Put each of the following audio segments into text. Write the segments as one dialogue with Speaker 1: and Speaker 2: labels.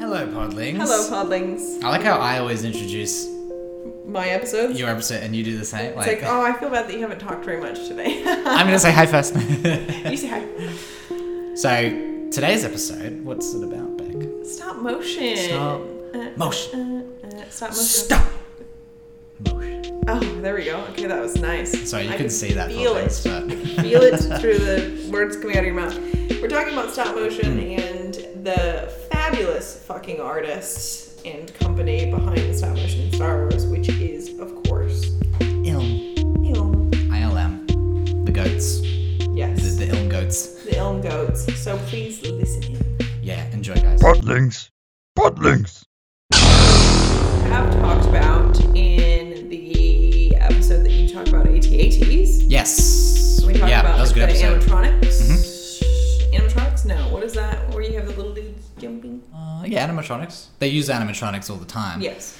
Speaker 1: Hello, Podlings.
Speaker 2: Hello, Podlings.
Speaker 1: I like how I always introduce
Speaker 2: My episode.
Speaker 1: your episode and you do the same.
Speaker 2: It's
Speaker 1: Like,
Speaker 2: like, oh, I feel bad that you haven't talked very much today.
Speaker 1: I'm gonna say hi first.
Speaker 2: you say hi.
Speaker 1: so today's episode, what's it about, Beck?
Speaker 2: Stop motion.
Speaker 1: Stop
Speaker 2: Uh,
Speaker 1: motion.
Speaker 2: uh, uh, stop motion.
Speaker 1: Stop. Motion.
Speaker 2: Oh, there we go. Okay, that was nice.
Speaker 1: Sorry, you
Speaker 2: I
Speaker 1: couldn't see that.
Speaker 2: Feel
Speaker 1: Podlings,
Speaker 2: it. feel it through the words coming out of your mouth. We're talking about stop motion
Speaker 1: Hmm.
Speaker 2: and the fabulous fucking artists and company behind stop motion in Star Wars, which is, of course,
Speaker 1: but Ilm.
Speaker 2: Ilm.
Speaker 1: ILM. The goats. The,
Speaker 2: Yes,
Speaker 1: the Ilm goats.
Speaker 2: the Ilm goats. So please listen in.
Speaker 1: Yeah, enjoy, guys.
Speaker 3: Podlings. Podlings.
Speaker 2: have talked about in the episode that you talked about ATATs.
Speaker 1: Yes.
Speaker 2: We talked
Speaker 1: yeah,
Speaker 2: about
Speaker 1: that was a good
Speaker 2: like, the
Speaker 1: episode. Mm-hmm.
Speaker 2: animatronics. Animatronics? No. What is that? Where you have the little dudes jumping?
Speaker 1: uh, yeah, animatronics. They use animatronics all the time.
Speaker 2: Yes.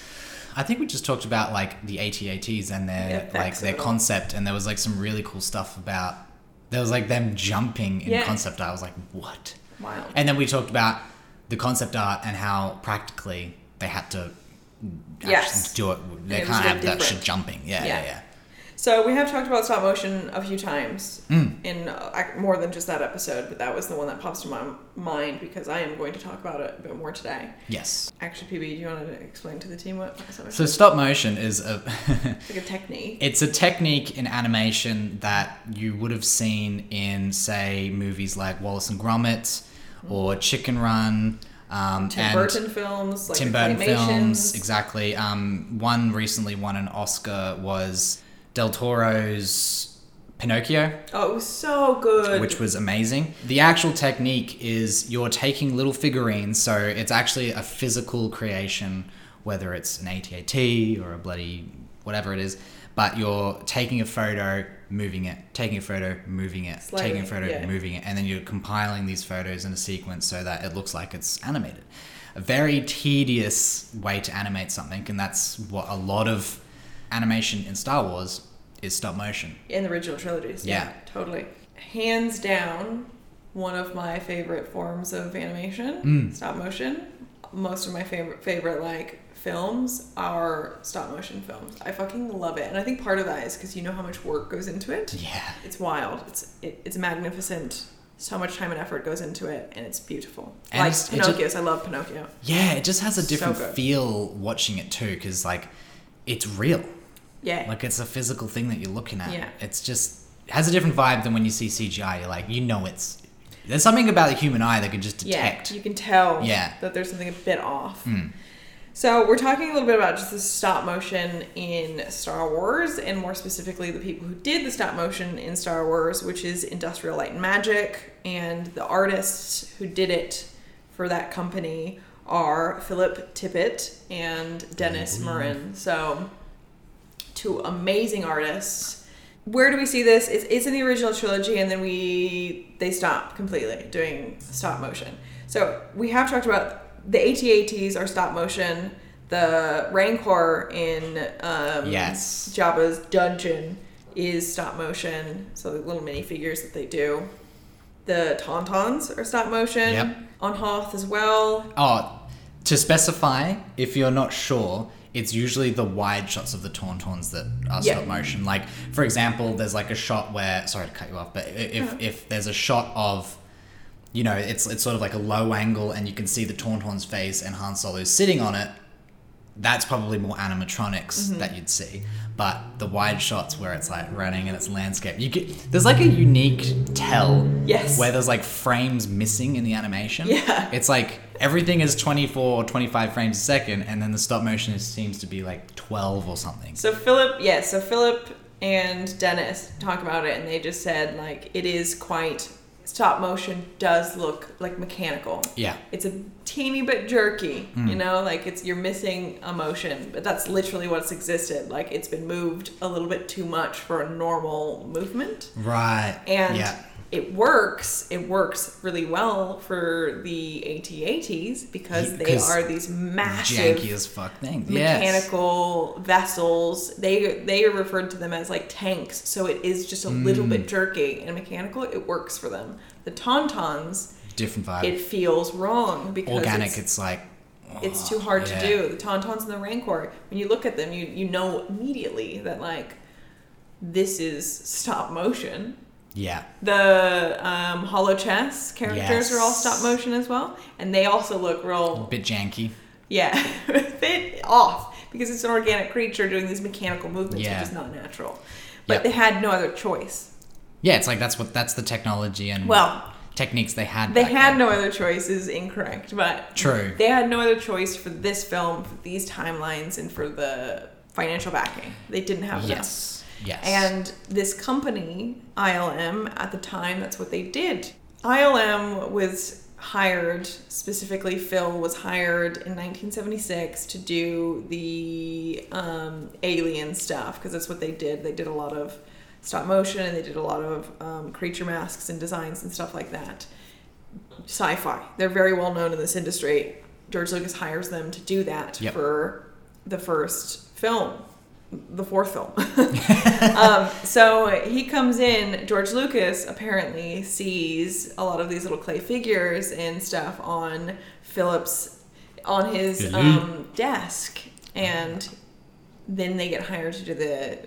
Speaker 1: I think we just talked about like the ATATs and
Speaker 2: The
Speaker 1: their
Speaker 2: effects
Speaker 1: like
Speaker 2: of
Speaker 1: their
Speaker 2: it all.
Speaker 1: concept, and there was like some really cool stuff about there was like them jumping in
Speaker 2: Yeah.
Speaker 1: concept art. I was like, what?
Speaker 2: Wild.
Speaker 1: And then we talked about the concept art and how practically they had to actually
Speaker 2: Yes.
Speaker 1: do it. They
Speaker 2: it was
Speaker 1: can't
Speaker 2: very
Speaker 1: have that shit
Speaker 2: different.
Speaker 1: jumping. Yeah, yeah,
Speaker 2: Yeah.
Speaker 1: yeah.
Speaker 2: So we have talked about stop motion a few times
Speaker 1: Mm.
Speaker 2: in uh, ac- more than just that episode, but that was the one that pops to my mind because I am going to talk about it a bit more today.
Speaker 1: Yes.
Speaker 2: Actually, PB, do you want to explain to the team what stop motion
Speaker 1: So stop motion is a
Speaker 2: is? Like a technique.
Speaker 1: It's a technique in animation that you would have seen in, say, movies like Wallace and Gromit or Chicken Run. Um,
Speaker 2: Tim
Speaker 1: and
Speaker 2: Burton films, like
Speaker 1: Tim
Speaker 2: the
Speaker 1: Burton films,
Speaker 2: claymation.
Speaker 1: exactly. Um, one recently won an Oscar was Del Toro's Pinocchio,
Speaker 2: Oh, it was so good.
Speaker 1: which was amazing. The actual technique is you're taking little figurines, so it's actually a physical creation, whether it's an ATAT or a bloody whatever it is, but you're taking a photo, moving it, taking a photo, moving it,
Speaker 2: Slowly,
Speaker 1: taking a photo,
Speaker 2: yeah.
Speaker 1: moving it, and then you're compiling these photos in a sequence so that it looks like it's animated. A very tedious way to animate something, and that's what a lot of animation in Star Wars is stop motion.
Speaker 2: in the original trilogies.
Speaker 1: Yeah.
Speaker 2: totally. Hands down, one of my favorite forms of animation,
Speaker 1: Mm.
Speaker 2: stop motion. Most of my favorite favorite like films are stop motion films. I fucking love it, and I think part of that is because you know how much work goes into it.
Speaker 1: Yeah.
Speaker 2: It's wild. It's it, it's magnificent. So much time and effort goes into it, and it's beautiful.
Speaker 1: And
Speaker 2: like
Speaker 1: it's- it just-
Speaker 2: Pinocchio's, I love Pinocchio.
Speaker 1: Yeah, it just has a
Speaker 2: So
Speaker 1: different
Speaker 2: good.
Speaker 1: feel watching it too, because like it's real,
Speaker 2: Yeah,
Speaker 1: like it's a physical thing that you're looking at.
Speaker 2: Yeah.
Speaker 1: it's just it has a different vibe than when you see CGI. You're like, you know, it's there's something about the human eye that can just detect.
Speaker 2: Yeah, you can tell
Speaker 1: Yeah. Hmm.
Speaker 2: that there's something a bit off. So we're talking a little bit about just the stop motion in Star Wars, and more specifically, the people who did the stop motion in Star Wars, which is Industrial Light and Magic, and the artists who did it for that company are Philip Tippett and Dennis Murin. So two amazing artists. Where do we see this? It's, it's in the original trilogy, and then we they stop completely doing stop motion. So we have talked about the ATATs are stop motion. The Rancor in um,
Speaker 1: Yes.
Speaker 2: Jabba's dungeon is stop motion. So the little minifigures that they do. The Tauntauns are stop motion.
Speaker 1: Yep.
Speaker 2: On Hoth as well.
Speaker 1: Oh, to specify, if you're not sure, it's usually the wide shots of the tauntauns that are
Speaker 2: Yeah.
Speaker 1: stop motion. Like, for example, there's like a shot where sorry to cut you off, but i- if if there's a shot of you know, it's it's sort of like a low angle, and you can see the Tauntaun's face, and Han Solo's sitting on it. That's probably more animatronics
Speaker 2: Mm-hmm.
Speaker 1: that you'd see, but the wide shots where it's like running and it's landscape, you get there's like a unique tell
Speaker 2: Yes.
Speaker 1: where there's like frames missing in the animation.
Speaker 2: Yeah.
Speaker 1: It's like everything is 24 or 25 frames a second, and then the stop motion is, seems to be like 12 or something.
Speaker 2: So Philip, yeah, so Philip and Dennis talk about it and they just said like it is quite stop motion does look like mechanical.
Speaker 1: Yeah. Hmm.
Speaker 2: It's a teeny bit jerky, you know, like it's you're missing emotion, but that's literally what's existed. Like it's been moved a little bit too much for a normal movement
Speaker 1: Right.
Speaker 2: and
Speaker 1: yeah.
Speaker 2: it works. It works really well for the ATATs because
Speaker 1: Yeah,
Speaker 2: they
Speaker 1: 'cause
Speaker 2: are these massive
Speaker 1: Janky as fuck things. Yes.
Speaker 2: mechanical vessels. They they are referred to them as like tanks, so it is just a little
Speaker 1: Mm.
Speaker 2: bit jerky and mechanical. It works for them. The tauntauns,
Speaker 1: Different vibe.
Speaker 2: it feels wrong because
Speaker 1: Uh, Organic,
Speaker 2: It's,
Speaker 1: it's, like,
Speaker 2: It's too hard
Speaker 1: Yeah.
Speaker 2: to do. The Tauntauns and the Rancor, when you look at them, you, you know immediately that, like, this is stop motion.
Speaker 1: Yeah.
Speaker 2: The um, Hollow Chess characters are all
Speaker 1: Yes.
Speaker 2: stop motion as well, and they also look real,
Speaker 1: bit janky.
Speaker 2: yeah, a bit off because it's an organic creature doing these mechanical movements,
Speaker 1: Yeah.
Speaker 2: which is not natural. But
Speaker 1: Yep.
Speaker 2: they had no other choice.
Speaker 1: Yeah, it's like that's what that's the technology and
Speaker 2: Well,
Speaker 1: techniques they had.
Speaker 2: They
Speaker 1: back
Speaker 2: had
Speaker 1: then.
Speaker 2: no other choice is incorrect, but
Speaker 1: True.
Speaker 2: they had no other choice for this film, for these timelines, and for the financial backing. They didn't have enough.
Speaker 1: Yes. Yes.
Speaker 2: And this company, ILM, at the time, that's what they did. ILM was hired, specifically, Phil was hired in 1976 to do the um, alien stuff because that's what they did. They did a lot of stop motion and they did a lot of um, creature masks and designs and stuff like that. Sci fi. They're very well known in this industry. George Lucas hires them to do that
Speaker 1: Yep.
Speaker 2: for the first film, the fourth film. um, so he comes in. George Lucas apparently sees a lot of these little clay figures and stuff on Phillips on his
Speaker 1: Mhm.
Speaker 2: um, desk, and then they get hired to do the.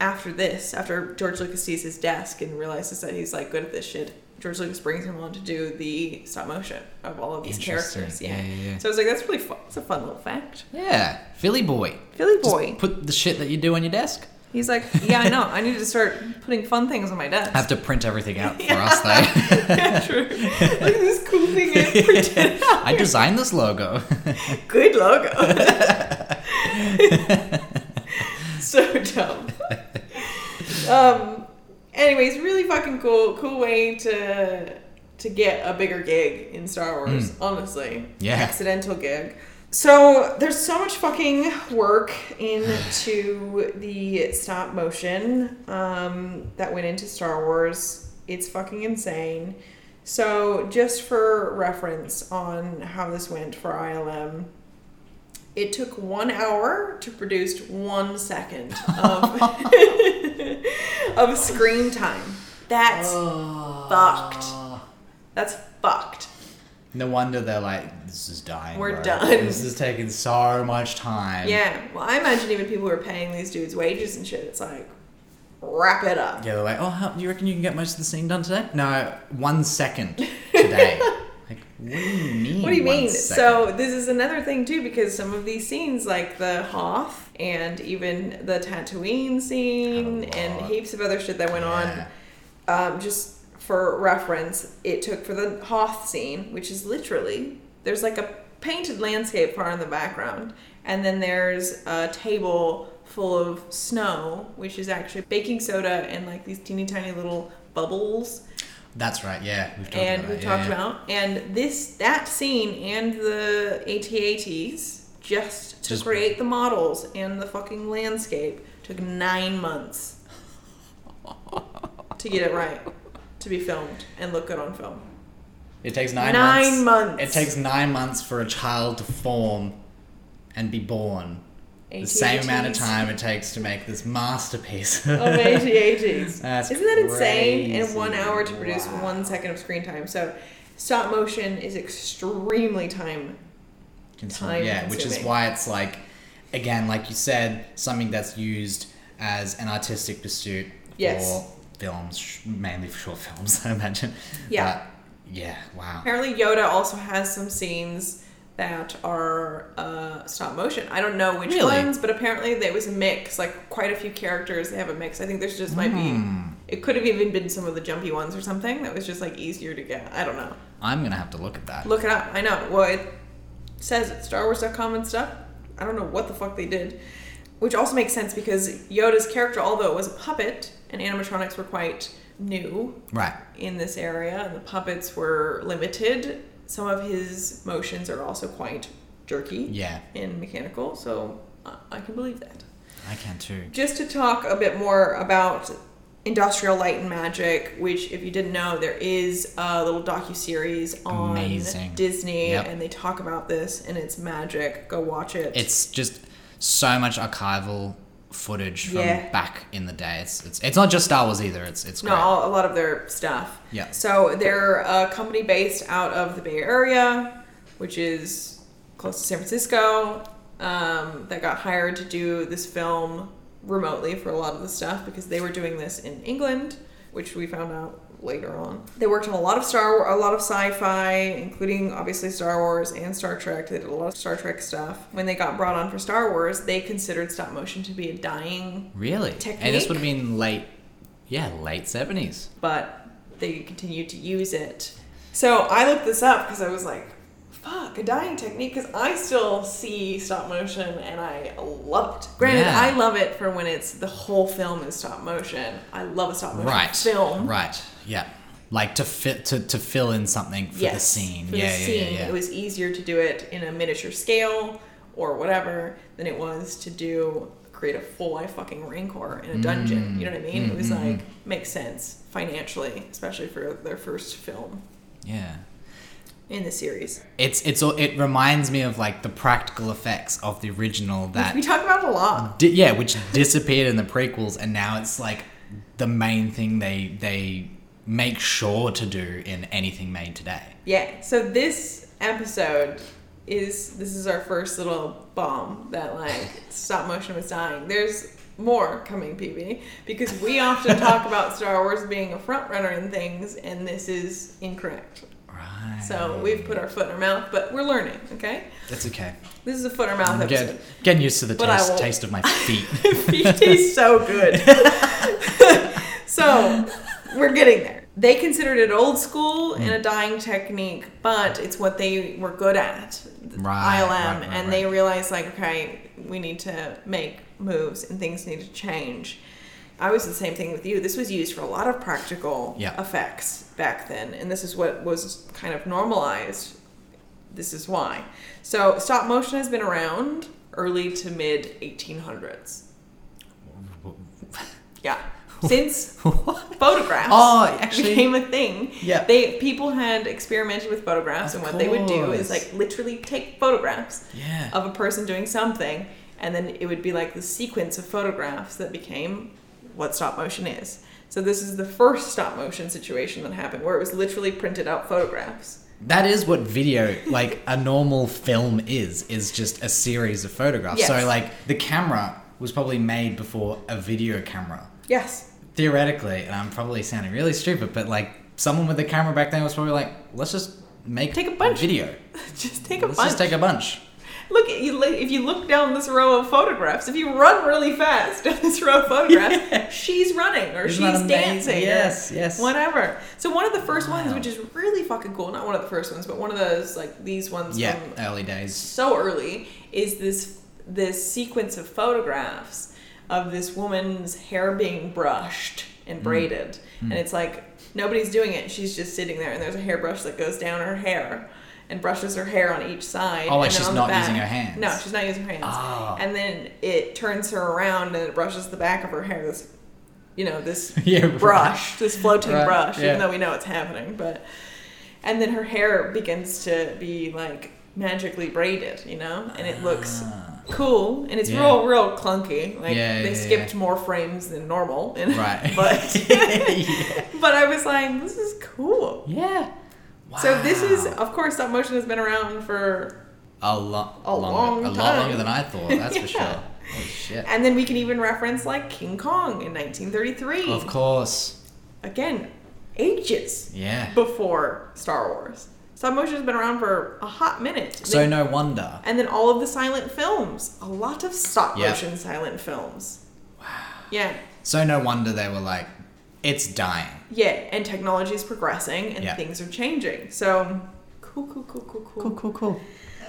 Speaker 2: After this, after George Lucas sees his desk and realizes that he's like good at this shit, George Lucas brings him on to do the stop motion of all of these
Speaker 1: Interesting.
Speaker 2: characters.
Speaker 1: Yeah, yeah, yeah.
Speaker 2: So I was like, that's really fun. It's a fun little fact.
Speaker 1: yeah, Philly boy.
Speaker 2: Philly
Speaker 1: Just
Speaker 2: boy.
Speaker 1: put the shit that you do on your desk.
Speaker 2: He's like, yeah, I know. I need to start putting fun things on my desk.
Speaker 1: Have to print everything out for us though.
Speaker 2: yeah, true. Look at this cool thing I printed out.
Speaker 1: I designed this logo.
Speaker 2: Good logo. so dumb. Um. Anyways, really fucking cool. Cool way to to get a bigger gig in Star Wars. Honestly.
Speaker 1: Yeah.
Speaker 2: Accidental gig. So there's so much fucking work into the stop motion um, that went into Star Wars. It's fucking insane. So just for reference on how this went for ILM, it took one hour to produce one second of of screen time. That's
Speaker 1: Ah.
Speaker 2: fucked. That's fucked.
Speaker 1: No wonder they're like, this is dying.
Speaker 2: We're
Speaker 1: bro.
Speaker 2: done."
Speaker 1: This is taking so much time.
Speaker 2: Yeah. Well, I imagine even people who are paying these dudes wages and shit. It's like, wrap it up.
Speaker 1: Yeah, they're like, oh, how, you reckon you can get most of the scene done today? No, one second today. like, what do you mean?
Speaker 2: What do you
Speaker 1: one
Speaker 2: mean?
Speaker 1: second?
Speaker 2: So this is another thing too, because some of these scenes, like the Hoth and even the Tatooine scene,
Speaker 1: Had a
Speaker 2: and
Speaker 1: lot.
Speaker 2: heaps of other shit that went
Speaker 1: Yeah.
Speaker 2: on. Um, just for reference, it took for the Hoth scene, which is literally there's like a painted landscape far in the background, and then there's a table full of snow, which is actually baking soda and like these teeny tiny little bubbles
Speaker 1: That's right, yeah. We've talked
Speaker 2: and
Speaker 1: about
Speaker 2: we
Speaker 1: that,
Speaker 2: talked
Speaker 1: yeah.
Speaker 2: about and this that scene and the ATATs just to
Speaker 1: Just-
Speaker 2: create the models and the fucking landscape took nine months to get it right to be filmed and look good on film.
Speaker 1: It takes nine, months.
Speaker 2: Nine months.
Speaker 1: It takes nine months for a child to form and be born. The same amount of
Speaker 2: AT-ATs.
Speaker 1: time it takes to make this masterpiece.
Speaker 2: of ATATs.
Speaker 1: That's
Speaker 2: Isn't that insane? In
Speaker 1: crazy.
Speaker 2: one hour to produce
Speaker 1: Wow.
Speaker 2: one second of screen time. So stop motion is extremely time
Speaker 1: consume-
Speaker 2: time
Speaker 1: yeah, which is
Speaker 2: consuming.
Speaker 1: why it's like, again, like you said, something that's used as an artistic pursuit
Speaker 2: Yes.
Speaker 1: for films, sh- mainly for short films, I imagine.
Speaker 2: Yeah.
Speaker 1: But, yeah. Wow.
Speaker 2: Apparently, Yoda also has some scenes that are uh, stop motion. I don't know which
Speaker 1: Really?
Speaker 2: ones, but apparently there was a mix. Like quite a few characters, they have a mix. I think there's just might be. It could have even been some of the jumpy ones or something that was just like easier to get. I don't know.
Speaker 1: I'm gonna have to look at that.
Speaker 2: Look it up. I know. Well, it says it StarWars.com and stuff. I don't know what the fuck they did, which also makes sense because Yoda's character, although it was a puppet and animatronics were quite new
Speaker 1: Right.
Speaker 2: in this area, and the puppets were limited. Some of his motions are also quite jerky
Speaker 1: Yeah,
Speaker 2: and mechanical, so I- I can believe that.
Speaker 1: I can too.
Speaker 2: Just to talk a bit more about Industrial Light and Magic, which, if you didn't know, there is a little docu series on
Speaker 1: Amazing.
Speaker 2: Disney,
Speaker 1: Yep.
Speaker 2: and they talk about this, and it's magic. Go watch it.
Speaker 1: It's just so much archival footage from
Speaker 2: Yeah.
Speaker 1: back in the day. It's, it's it's not just Star Wars either. It's it's
Speaker 2: No,
Speaker 1: great.
Speaker 2: all, a lot of their stuff.
Speaker 1: Yeah.
Speaker 2: So they're a company based out of the Bay Area, which is close to San Francisco um, that got hired to do this film remotely for a lot of the stuff because they were doing this in England, which we found out later on. They worked on a lot of Star War, a lot of sci-fi, including obviously Star Wars and Star Trek. They did a lot of Star Trek stuff. When they got brought on for Star Wars, they considered stop motion to be a dying,
Speaker 1: Really? And
Speaker 2: Technique?
Speaker 1: this would have been late, yeah, late 70s.
Speaker 2: but they continued to use it. So I looked this up because I was like, fuck, a dying technique because I still see stop motion and I love it. Granted,
Speaker 1: Yeah.
Speaker 2: I love it for when it's the whole film is stop motion. I love a stop motion
Speaker 1: Right.
Speaker 2: film.
Speaker 1: Right. Yeah. Like to fit to, to fill in something for the scene.
Speaker 2: For
Speaker 1: yeah,
Speaker 2: the
Speaker 1: yeah,
Speaker 2: scene,
Speaker 1: yeah, yeah.
Speaker 2: it was easier to do it in a miniature scale or whatever than it was to do create a full life fucking rancor in a dungeon. You know what I mean? It
Speaker 1: Mm-hmm,
Speaker 2: was like makes sense financially, especially for their first film
Speaker 1: yeah.
Speaker 2: in the series.
Speaker 1: It's it's all- it reminds me of like the practical effects of the original that
Speaker 2: we talk about it a lot.
Speaker 1: di- yeah, which disappeared in the prequels, and now it's like the main thing they they make sure to do in anything made today.
Speaker 2: Yeah. So this episode is this is our first little bomb that like stop motion was dying. There's more coming, PB, because we often talk about Star Wars being a front runner in things, and this is incorrect.
Speaker 1: Right.
Speaker 2: So we've put our foot in our mouth, but we're learning. Okay,
Speaker 1: That's okay.
Speaker 2: this is a foot in our mouth
Speaker 1: I'm
Speaker 2: episode.
Speaker 1: get, getting used to the
Speaker 2: But I
Speaker 1: taste,
Speaker 2: won't.
Speaker 1: taste of my feet.
Speaker 2: It tastes so good. so we're getting there. They considered it old school
Speaker 1: Hmm.
Speaker 2: and a dying technique, but it's what they were good at, th-
Speaker 1: Right, right,
Speaker 2: ILM,
Speaker 1: right,
Speaker 2: and they realized like, okay, we need to make moves and things need to change. I was the same thing with you. This was used for a lot of practical
Speaker 1: Yeah.
Speaker 2: effects back then, and this is what was kind of normalized this is why. So stop motion has been around early to mid 1800s. Yeah. Since photographs
Speaker 1: Oh, actually-
Speaker 2: became a thing,
Speaker 1: Yeah.
Speaker 2: they people had experimented with photographs,
Speaker 1: Of
Speaker 2: and what they would do is
Speaker 1: course.
Speaker 2: like literally take photographs
Speaker 1: Yeah.
Speaker 2: of a person doing something, and then it would be like the sequence of photographs that became what stop motion is. So this is the first stop motion situation that happened, where it was literally printed out photographs.
Speaker 1: That is what video, like a normal film is, is just a series of photographs.
Speaker 2: Yes.
Speaker 1: So, like, the camera was probably made before a video camera.
Speaker 2: Yes,
Speaker 1: Theoretically, and I'm probably sounding really stupid, but like, someone with a camera back then was probably like, let's just make
Speaker 2: Take a bunch.
Speaker 1: video.
Speaker 2: just take a
Speaker 1: let's
Speaker 2: bunch.
Speaker 1: just take a bunch.
Speaker 2: Look, at you, if you look down this row of photographs, if you run really fast down this row of photographs,
Speaker 1: Yeah.
Speaker 2: she's running or
Speaker 1: Isn't that
Speaker 2: she's
Speaker 1: amazing?
Speaker 2: dancing. or
Speaker 1: Yes, yes.
Speaker 2: Whatever. So one of the first ones,
Speaker 1: Wow.
Speaker 2: which is really fucking cool, not one of the first ones, but one of those like these ones
Speaker 1: Yeah,
Speaker 2: from
Speaker 1: early days.
Speaker 2: so early, is this this sequence of photographs of this woman's hair being brushed and
Speaker 1: Mm.
Speaker 2: braided, and it's like nobody's doing it. She's just sitting there, and there's a hairbrush that goes down her hair. And brushes her hair on each side.
Speaker 1: Oh, like
Speaker 2: and then
Speaker 1: she's
Speaker 2: on the
Speaker 1: not
Speaker 2: back-
Speaker 1: using her hands.
Speaker 2: No, she's not using her hands.
Speaker 1: Ah.
Speaker 2: And then it turns her around and it brushes the back of her hair. This, you know, this
Speaker 1: Yeah, right.
Speaker 2: brush, this floating
Speaker 1: Right,
Speaker 2: brush,
Speaker 1: yeah.
Speaker 2: even though we know it's happening. But and then her hair begins to be like magically braided, you know, and it looks cool and it's
Speaker 1: Ah. Yeah.
Speaker 2: real, real clunky. Like
Speaker 1: Yeah,
Speaker 2: they
Speaker 1: yeah,
Speaker 2: skipped
Speaker 1: yeah.
Speaker 2: more frames than normal, and,
Speaker 1: Right.
Speaker 2: But
Speaker 1: yeah.
Speaker 2: but I was like, this is cool.
Speaker 1: Yeah.
Speaker 2: So this is,
Speaker 1: Wow.
Speaker 2: of course, stop motion has been around for
Speaker 1: a lot
Speaker 2: a long
Speaker 1: longer, a lot
Speaker 2: time.
Speaker 1: longer than I thought. That's for sure.
Speaker 2: Yeah.
Speaker 1: Holy shit.
Speaker 2: And then we can even reference like King Kong in 1933.
Speaker 1: Of course.
Speaker 2: Again, ages
Speaker 1: Yeah.
Speaker 2: before Star Wars. Stop motion has been around for a hot minute.
Speaker 1: So
Speaker 2: Then-
Speaker 1: no wonder.
Speaker 2: and then all of the silent films. A lot of stop
Speaker 1: Yeah.
Speaker 2: motion silent films. Wow. Yeah.
Speaker 1: So no wonder they were like, it's dying.
Speaker 2: Yeah. And technology is progressing and
Speaker 1: Yeah.
Speaker 2: things are changing. So cool, cool, cool, cool, cool.
Speaker 1: cool, cool.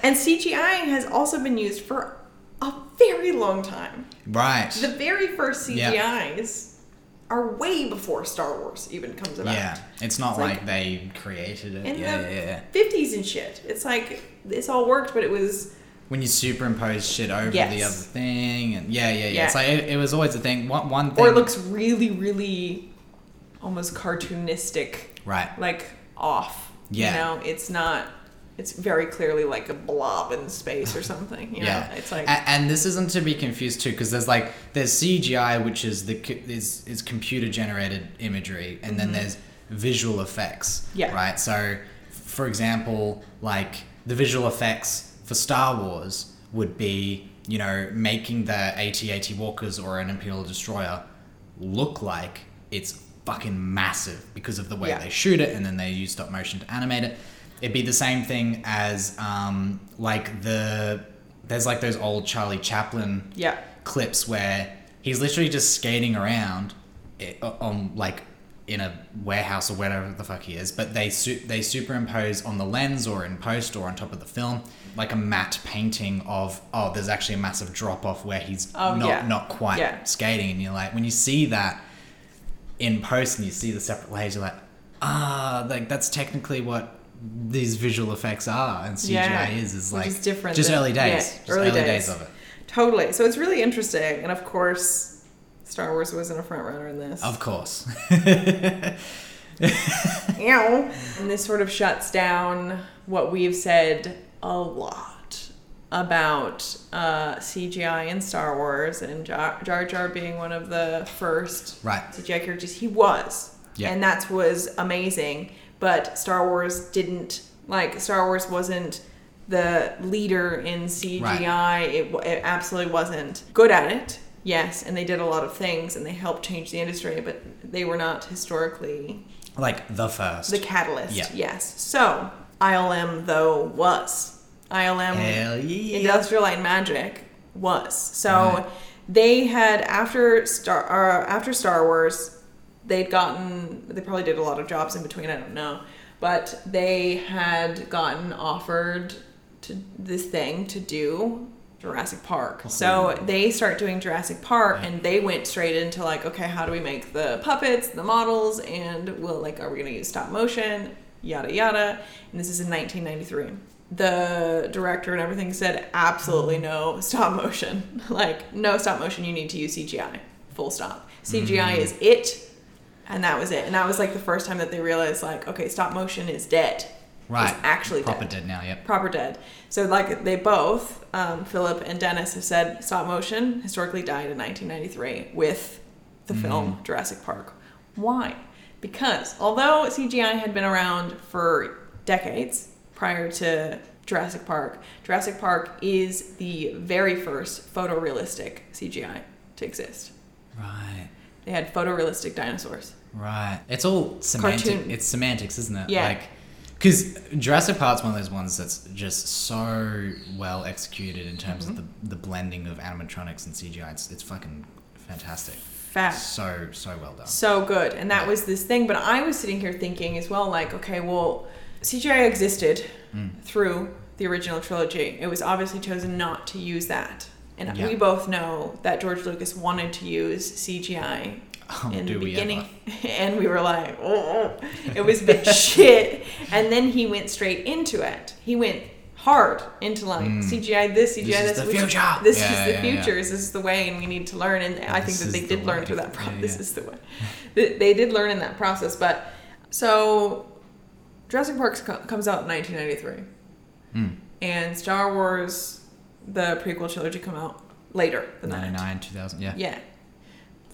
Speaker 2: And CGI has also been used for a very long time.
Speaker 1: Right.
Speaker 2: The very first CGIs
Speaker 1: Yeah.
Speaker 2: are way before Star Wars even comes about.
Speaker 1: yeah. It's not
Speaker 2: It's like-
Speaker 1: like, they created it.
Speaker 2: In
Speaker 1: Yeah,
Speaker 2: the
Speaker 1: yeah, yeah.
Speaker 2: 50s and shit. It's like, this all worked, but it was,
Speaker 1: When you superimpose shit over the
Speaker 2: Yes.
Speaker 1: other thing, and yeah, yeah, yeah.
Speaker 2: Yeah.
Speaker 1: It's like it, it was always a thing. One, one thing.
Speaker 2: or it looks really, really almost cartoonistic,
Speaker 1: right.
Speaker 2: like off.
Speaker 1: Yeah.
Speaker 2: You know, it's not, it's very clearly like a blob in space or something. You
Speaker 1: Yeah,
Speaker 2: Know? It's like,
Speaker 1: A- and, this isn't to be confused too, because there's like there's CGI, which is the co- is is computer generated imagery, and then there's visual effects.
Speaker 2: Mm-hmm. Yeah.
Speaker 1: Right. So, for example, like the visual effects for Star Wars would be, you know, making the AT-AT Walkers or an Imperial Destroyer look like it's fucking massive because of the way
Speaker 2: Yeah.
Speaker 1: they shoot it and then they use stop motion to animate it. It'd be the same thing as um, like the there's like those old Charlie Chaplin
Speaker 2: Yeah.
Speaker 1: clips where he's literally just skating around i- on like in a warehouse or whatever the fuck he is, but they su- they superimpose on the lens or in post or on top of the film like a matte painting of oh there's actually a massive drop off where he's
Speaker 2: Oh,
Speaker 1: not
Speaker 2: yeah.
Speaker 1: not quite
Speaker 2: Yeah.
Speaker 1: skating and you're like when you see that in post and you see the separate layers you're like ah like that's technically what these visual effects are and CGI
Speaker 2: Yeah.
Speaker 1: is is
Speaker 2: Which
Speaker 1: like
Speaker 2: is different
Speaker 1: just
Speaker 2: than-
Speaker 1: early days
Speaker 2: yeah,
Speaker 1: just
Speaker 2: early
Speaker 1: early,
Speaker 2: days.
Speaker 1: days of it
Speaker 2: Totally. So it's really interesting. And of course, Star Wars wasn't a front runner in this.
Speaker 1: of course
Speaker 2: Ew. And this sort of shuts down what we've said a lot about uh, CGI in Star Wars and Jar Jar, Jar being one of the first
Speaker 1: Right.
Speaker 2: CGI characters. He was.
Speaker 1: Yeah.
Speaker 2: And that was amazing. But Star Wars didn't, like, Star Wars wasn't the leader in CGI. It, wa- it absolutely wasn't good at it. Yes, and they did a lot of things and they helped change the industry, but they were not historically
Speaker 1: like the first
Speaker 2: the catalyst,
Speaker 1: Yeah.
Speaker 2: yes. So ILM though was ILM
Speaker 1: Hell yeah.
Speaker 2: Industrial Light and Magic was so
Speaker 1: Right.
Speaker 2: they had after Star uh, after Star Wars they'd gotten they probably did a lot of jobs in between I don't know but they had gotten offered to this thing to do Jurassic Park so they start doing Jurassic Park and they went straight into like okay how do we make the puppets the models and will like are we gonna use stop motion yada yada and this is in 1993 the director and everything said absolutely no stop motion like no stop motion you need to use cgi full stop cgi is it and that was it and that was like the first time that they realized like okay stop motion is dead
Speaker 1: right
Speaker 2: it's actually
Speaker 1: proper
Speaker 2: dead.
Speaker 1: dead. now yep
Speaker 2: proper dead so like they both um, philip and dennis have said stop motion historically died in 1993 with the
Speaker 1: Mm-hmm.
Speaker 2: film jurassic park why because although cgi had been around for decades prior to jurassic park jurassic park is the very first photorealistic cgi to exist
Speaker 1: right
Speaker 2: they had photorealistic dinosaurs
Speaker 1: right it's all semantic
Speaker 2: Cartoon.
Speaker 1: it's semantics isn't it
Speaker 2: Yeah.
Speaker 1: like because Jurassic Park's one of those ones that's just so well executed in terms of
Speaker 2: Mm-hmm.
Speaker 1: the, the blending of animatronics and CGI. It's, it's fucking fantastic.
Speaker 2: fact
Speaker 1: So, so well done.
Speaker 2: so good and that was this thing but i was sitting here thinking as well like okay well cgi existed through the original trilogy it was obviously chosen not to use that and
Speaker 1: Yeah.
Speaker 2: we both know that george lucas wanted to use cgi
Speaker 1: Oh,
Speaker 2: in the
Speaker 1: do we
Speaker 2: beginning and we were like oh it was a bit shit and then he went straight into it he went hard into like cgi this cgi
Speaker 1: Hmm. This is the
Speaker 2: which-
Speaker 1: future.
Speaker 2: this
Speaker 1: Yeah,
Speaker 2: is
Speaker 1: yeah,
Speaker 2: the
Speaker 1: yeah.
Speaker 2: future this is the way and we need to learn and i think
Speaker 1: This
Speaker 2: that they
Speaker 1: is the
Speaker 2: did learn
Speaker 1: way.
Speaker 2: through that pro-
Speaker 1: Yeah,
Speaker 2: this
Speaker 1: yeah.
Speaker 2: is the way they, they did learn in that process but so jurassic park co- comes out in 1993
Speaker 1: Hmm.
Speaker 2: and star wars the prequel trilogy come out later than that
Speaker 1: 99, 2000, yeah.
Speaker 2: yeah.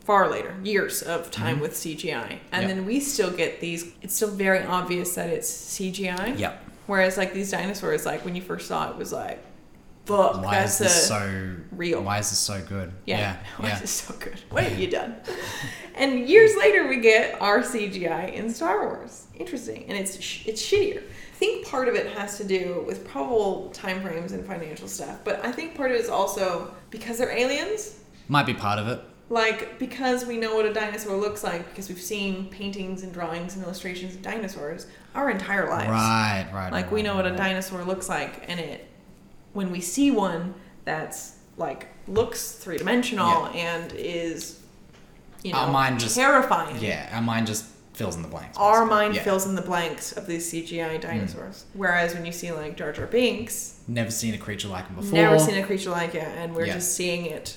Speaker 2: Far later, years of time with CGI. And
Speaker 1: Mm-hmm. Yeah.
Speaker 2: then we still get these, it's still very obvious that it's CGI.
Speaker 1: Yep.
Speaker 2: Whereas, like, these dinosaurs, like, when you first saw it, it was like, fuck,
Speaker 1: Why
Speaker 2: that's
Speaker 1: is this
Speaker 2: a.
Speaker 1: so
Speaker 2: real.
Speaker 1: Why is this so good?
Speaker 2: yeah. Why
Speaker 1: yeah.
Speaker 2: is this so good? What have you done? and years later, we get our CGI in Star Wars. Interesting. And it's, sh- it's shittier. I think part of it has to do with probable time frames and financial stuff, but I think part of it is also because they're aliens.
Speaker 1: Might be part of it.
Speaker 2: Like, because we know what a dinosaur looks like, because we've seen paintings and drawings and illustrations of dinosaurs our entire lives.
Speaker 1: Right, right.
Speaker 2: Like,
Speaker 1: right,
Speaker 2: we know what a
Speaker 1: right.
Speaker 2: dinosaur looks like, and it, when we see one that's like, looks three dimensional and is, you know,
Speaker 1: Our mind just-
Speaker 2: terrifying.
Speaker 1: Yeah, our mind just fills in the blanks.
Speaker 2: Our
Speaker 1: basically.
Speaker 2: mind
Speaker 1: Yeah. Mm.
Speaker 2: fills in the blanks of these CGI dinosaurs. Whereas when you see like Jar Jar Binks,
Speaker 1: Never seen a creature like him before.
Speaker 2: never seen a creature like it, and we're
Speaker 1: Yeah.
Speaker 2: just seeing it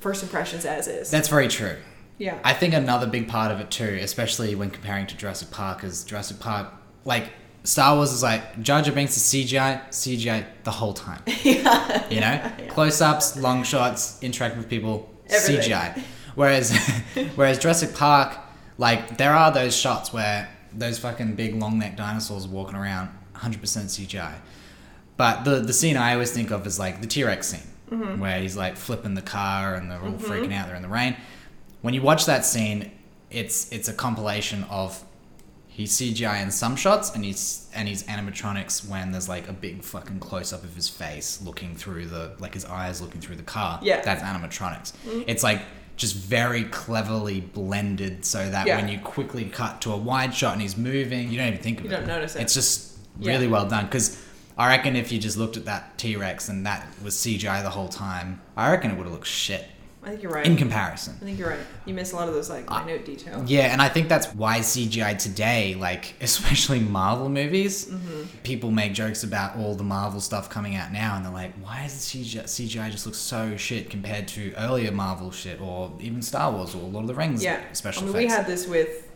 Speaker 2: first impressions as is.
Speaker 1: That's very true.
Speaker 2: yeah.
Speaker 1: I think another big part of it too, especially when comparing to Jurassic Park, is Jurassic Park like Star Wars is like Jar Jar Binks is CGI, CGI the whole time.
Speaker 2: yeah.
Speaker 1: You know, close ups, long shots, interacting with people,
Speaker 2: Everything.
Speaker 1: CGI. Whereas, whereas Jurassic Park, like there are those shots where those fucking big long necked dinosaurs walking around, 100% CGI. But the the scene I always think of is like the T Rex scene,
Speaker 2: Mm-hmm.
Speaker 1: where he's like flipping the car and they're all freaking out. They're in the rain. When you watch that scene, it's it's a compilation of he's CGI in some shots and he's and he's animatronics when there's like a big fucking close up of his face looking through the like his eyes looking through the car.
Speaker 2: Yeah. Mm-hmm.
Speaker 1: that's animatronics. It's like just very cleverly blended so that
Speaker 2: Yeah.
Speaker 1: when you quickly cut to a wide shot and he's moving, you don't even think of
Speaker 2: You
Speaker 1: it.
Speaker 2: don't notice it.
Speaker 1: It's just
Speaker 2: Yeah.
Speaker 1: really well done because I reckon if you just looked at that T Rex and that was CGI the whole time, I reckon it would have looked shit
Speaker 2: I think you're right.
Speaker 1: in comparison.
Speaker 2: I think you're right. You miss a lot of those like minute details.
Speaker 1: Yeah, and I think that's why CGI today, like especially Marvel movies,
Speaker 2: Mm-hmm.
Speaker 1: people make jokes about all the Marvel stuff coming out now, and they're like, "Why is the CGI, CGI just looks so shit compared to earlier Marvel shit, or even Star Wars or Lord of the Rings
Speaker 2: Yeah.
Speaker 1: special
Speaker 2: I mean,
Speaker 1: effects?"
Speaker 2: we had this with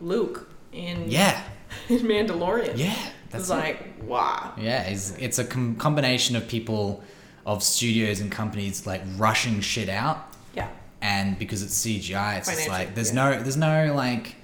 Speaker 2: Luke in
Speaker 1: yeah,
Speaker 2: in Mandalorian.
Speaker 1: yeah,
Speaker 2: It was
Speaker 1: it.
Speaker 2: like, wow.
Speaker 1: Yeah, it's, it's a com- combination of people, of studios and companies like rushing shit out,
Speaker 2: Yeah.
Speaker 1: and because it's CGI, it's just
Speaker 2: Financial,
Speaker 1: like there's
Speaker 2: yeah.
Speaker 1: no there's no like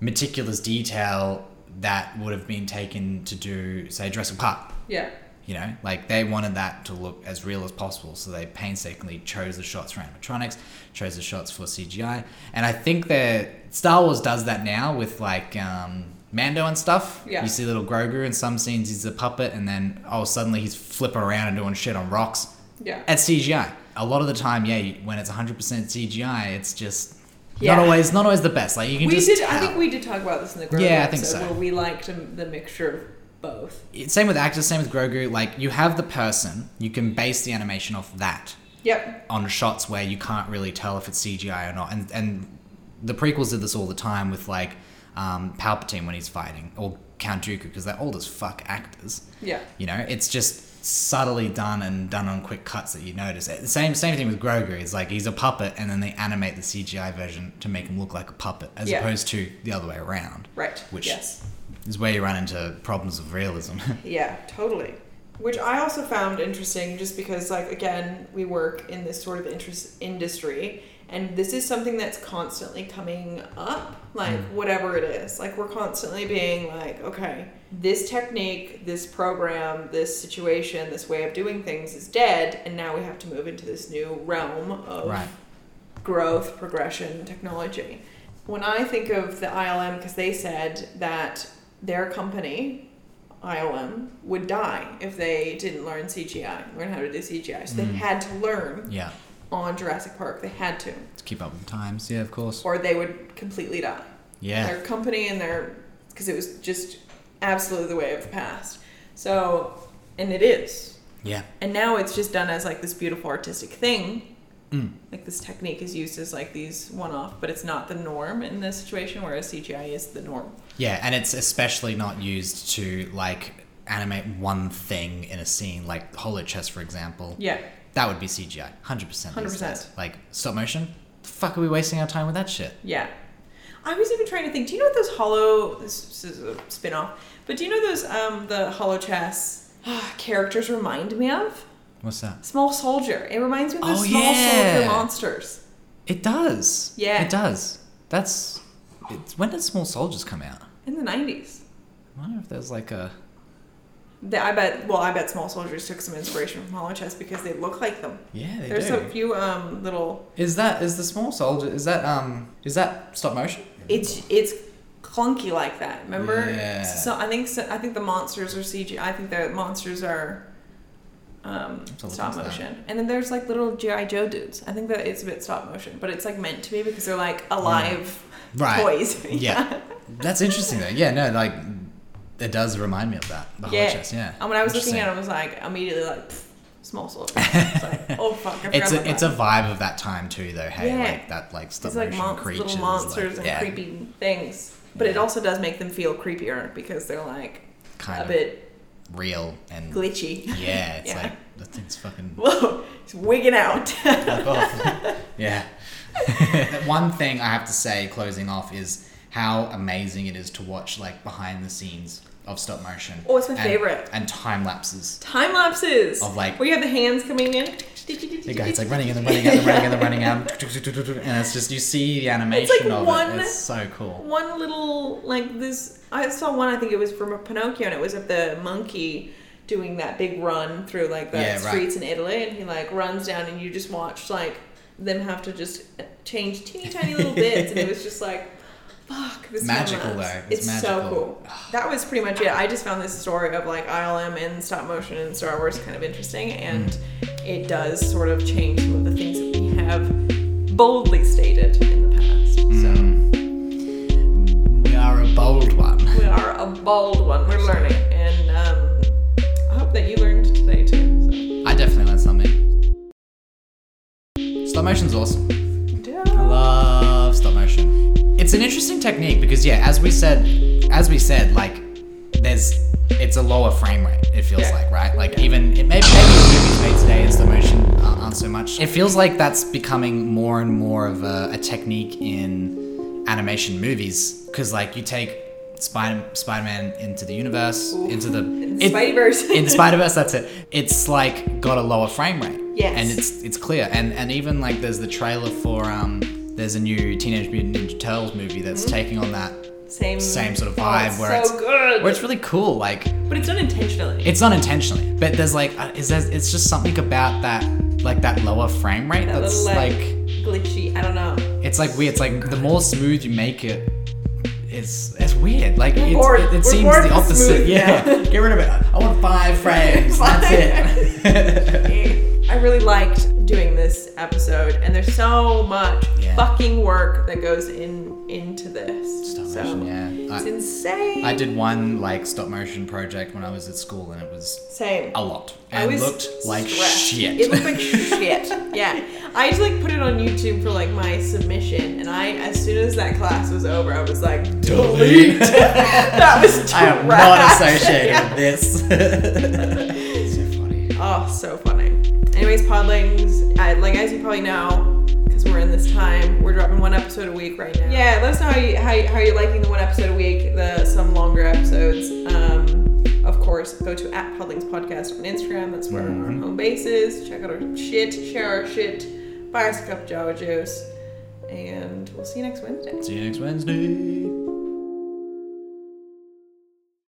Speaker 1: meticulous detail that would have been taken to do say Jurassic Park.
Speaker 2: Yeah.
Speaker 1: You know, like they wanted that to look as real as possible, so they painstakingly chose the shots for animatronics, chose the shots for CGI, and I think that Star Wars does that now with like um, Mando and stuff.
Speaker 2: Yeah.
Speaker 1: You see little Grogu in some scenes, he's a puppet, and then oh, suddenly he's flipping around and doing shit on rocks.
Speaker 2: Yeah.
Speaker 1: At CGI, a lot of the time, yeah, you- when it's 100% CGI, it's just
Speaker 2: Yeah.
Speaker 1: not always not always the best. Like you can
Speaker 2: We
Speaker 1: just
Speaker 2: did. I
Speaker 1: tell.
Speaker 2: think we did talk about this in the Grogu
Speaker 1: Yeah, I think
Speaker 2: episode,
Speaker 1: so.
Speaker 2: where we liked um, the mixture of both.
Speaker 1: same with actors, same with Grogu. Like you have the person, you can base the animation off that.
Speaker 2: Yep.
Speaker 1: on shots where you can't really tell if it's CGI or not. And and the prequels did this all the time with like um, Palpatine when he's fighting or Count Dooku because they're old as fuck actors.
Speaker 2: Yeah.
Speaker 1: You know, it's just subtly done and done on quick cuts that you notice. Uh, Same same thing with Grogu. It's like he's a puppet and then they animate the CGI version to make him look like a puppet as
Speaker 2: Yeah.
Speaker 1: opposed to the other way around.
Speaker 2: Right.
Speaker 1: Which
Speaker 2: yes.
Speaker 1: is where you run into problems of realism.
Speaker 2: Yeah. Totally. Which I also found interesting, just because like again, we work in this sort of interest industry, and this is something that's constantly coming up. Like whatever it is, like we're constantly being like, okay, this technique, this program, this situation, this way of doing things is dead, and now we have to move into this new realm of
Speaker 1: right.
Speaker 2: growth, progression, technology. When I think of the ILM, because they said that their company, ILM, would die if they didn't learn CGI, learn how to do CGI. So they had to learn
Speaker 1: Yeah.
Speaker 2: on Jurassic Park. They had to,
Speaker 1: To keep up with the times. Yeah, of course.
Speaker 2: or they would completely die.
Speaker 1: Yeah.
Speaker 2: Their company and their, because it was just absolutely the way of the past. So, and it is.
Speaker 1: Yeah.
Speaker 2: And now it's just done as like this beautiful artistic thing
Speaker 1: Mm.
Speaker 2: like this technique is used as like these one-off but it's not the norm in this situation whereas cgi is the norm
Speaker 1: Yeah, and it's especially not used to like animate one thing in a scene, like Hollow Chest, for example.
Speaker 2: yeah
Speaker 1: That would be CGI, hundred percent.
Speaker 2: 100%.
Speaker 1: Like stop motion. The fuck, are we wasting our time with that shit?
Speaker 2: yeah i was even trying to think do you know what those hollow this is a spin-off but do you know those um the hollow chess ah, characters remind me of
Speaker 1: What's that?
Speaker 2: small soldier it reminds me of the
Speaker 1: Oh,
Speaker 2: small
Speaker 1: yeah.
Speaker 2: soldier monsters
Speaker 1: It does.
Speaker 2: Yeah.
Speaker 1: it does. That's. It's, when did Small Soldiers come out?
Speaker 2: in the 90s
Speaker 1: I wonder if there's like a.
Speaker 2: They- I bet. Well, I bet small soldiers took some inspiration from hollow chess because they look like them.
Speaker 1: Yeah, they
Speaker 2: There's
Speaker 1: do.
Speaker 2: a few um, little.
Speaker 1: Is that is the Small Soldier? Is that um? Is that stop motion?
Speaker 2: It's it's clunky like that. Remember?
Speaker 1: Yeah.
Speaker 2: So I think so, I think the monsters are CG. I think the monsters are um,
Speaker 1: to look
Speaker 2: stop
Speaker 1: into that.
Speaker 2: motion. And then there's like little GI Joe dudes. I think that it's a bit stop motion, but it's like meant to be because they're like alive
Speaker 1: Mm. Right.
Speaker 2: toys.
Speaker 1: Yeah. That's interesting though. Yeah, no, like it does remind me of that. The Hollow
Speaker 2: Yeah.
Speaker 1: Chest. Yeah.
Speaker 2: And when I was looking
Speaker 1: Interesting.
Speaker 2: at it, I was like immediately like "Pfft, small soldier. It's like oh fuck, I forgot
Speaker 1: It's
Speaker 2: about
Speaker 1: a, it's a
Speaker 2: that.
Speaker 1: vibe of that time too, though. Hey,
Speaker 2: Yeah.
Speaker 1: like that, like stop
Speaker 2: it's like
Speaker 1: motion
Speaker 2: mon-
Speaker 1: creatures,
Speaker 2: little monsters
Speaker 1: like,
Speaker 2: and
Speaker 1: yeah,
Speaker 2: creepy things. But it
Speaker 1: Yeah.
Speaker 2: also does make them feel creepier because they're like
Speaker 1: kind
Speaker 2: a
Speaker 1: of
Speaker 2: bit
Speaker 1: real and
Speaker 2: glitchy.
Speaker 1: yeah. It's
Speaker 2: Yeah.
Speaker 1: like that thing's fucking
Speaker 2: Whoa, it's wigging out.
Speaker 1: fuck off. yeah. One thing I have to say, closing off, is how amazing it is to watch like behind the scenes of stop motion.
Speaker 2: Oh, it's my
Speaker 1: and-
Speaker 2: favorite.
Speaker 1: And time lapses.
Speaker 2: Time lapses
Speaker 1: Of, like-
Speaker 2: where you have the hands coming in.
Speaker 1: The guy's like running and then running out and running and then running out, and it's just you see the animation of
Speaker 2: one-
Speaker 1: it. It's so cool.
Speaker 2: one little like this. I saw one. I think it was from a Pinocchio, and it was of the monkey doing that big run through like the
Speaker 1: Yeah, right.
Speaker 2: streets in Italy, and he like runs down, and you just watch like them have to just change teeny tiny little bits, and it was just like. Fuck, this film
Speaker 1: Magical,
Speaker 2: lasts.
Speaker 1: though. It's
Speaker 2: so
Speaker 1: magical.
Speaker 2: cool. That was pretty much it. I just found this story of like ILM and stop motion and Star Wars kind of interesting, and
Speaker 1: Mm.
Speaker 2: it does sort of change some of the things that we have boldly stated in the past.
Speaker 1: Mm. We
Speaker 2: So
Speaker 1: are a bold one.
Speaker 2: we are a bold one. We're learning, and um, I hope that you learned today too. So.
Speaker 1: I definitely learned something. Stop motion's awesome. love stop motion. It's an interesting technique because yeah, as we said, as we said, like there's it's a lower frame rate. It feels
Speaker 2: Yeah.
Speaker 1: like right, like even it may, maybe movies made today in stop motion uh, aren't so much. It feels like that's becoming more and more of a, a technique in animation movies because like you take Spider Spider Man into the universe, into the it-
Speaker 2: Spideyverse.
Speaker 1: in Spider Verse, that's it. It's like got a lower frame rate.
Speaker 2: Yes.
Speaker 1: And it's it's clear. And and even like there's the trailer for um there's a new Teenage Mutant Ninja Turtles movie that's taking on that
Speaker 2: Same
Speaker 1: same sort of
Speaker 2: Oh,
Speaker 1: vibe
Speaker 2: Mm-hmm. it's
Speaker 1: where
Speaker 2: so
Speaker 1: it's
Speaker 2: good.
Speaker 1: where it's really cool. Like
Speaker 2: but it's done intentionally.
Speaker 1: it's not intentionally, but there's like uh, is there, it's just something about that like that lower frame rate
Speaker 2: a
Speaker 1: that's
Speaker 2: little like,
Speaker 1: like
Speaker 2: glitchy. I don't know.
Speaker 1: it's like weird. It's like the more smooth you make it, it's it's weird. Like it's,
Speaker 2: bored.
Speaker 1: it,
Speaker 2: We're
Speaker 1: it seems the
Speaker 2: bored with
Speaker 1: opposite.
Speaker 2: smooth
Speaker 1: yeah,
Speaker 2: now.
Speaker 1: get rid of it. I want five frames. That's it.
Speaker 2: I really liked doing this episode, and there's so much
Speaker 1: Yeah.
Speaker 2: fucking work that goes in into this.
Speaker 1: Stop
Speaker 2: so
Speaker 1: motion, yeah.
Speaker 2: it's
Speaker 1: I-
Speaker 2: insane.
Speaker 1: I did one like stop motion project when I was at school, and it was
Speaker 2: Same.
Speaker 1: a lot
Speaker 2: I
Speaker 1: and
Speaker 2: was
Speaker 1: looked like
Speaker 2: stressed.
Speaker 1: shit.
Speaker 2: It looked like shit. Yeah. I just like put it on YouTube for like my submission, and I as soon as that class was over, I was like,
Speaker 1: Delete.
Speaker 2: delete. that was trash.
Speaker 1: I am not associated with this. so funny.
Speaker 2: Oh, so funny. Anyways, Podlings, I, like as you probably know, because we're in this time, we're dropping one episode a week right now. Yeah, let us know how you how, you- how you're liking the one episode a week, the some longer episodes. Um, of course, go to at Podlings Podcast on Instagram. That's where our home base is. Check out our shit, share our shit, buy us a cup of Java Juice, and we'll see you next Wednesday.
Speaker 1: See you next Wednesday.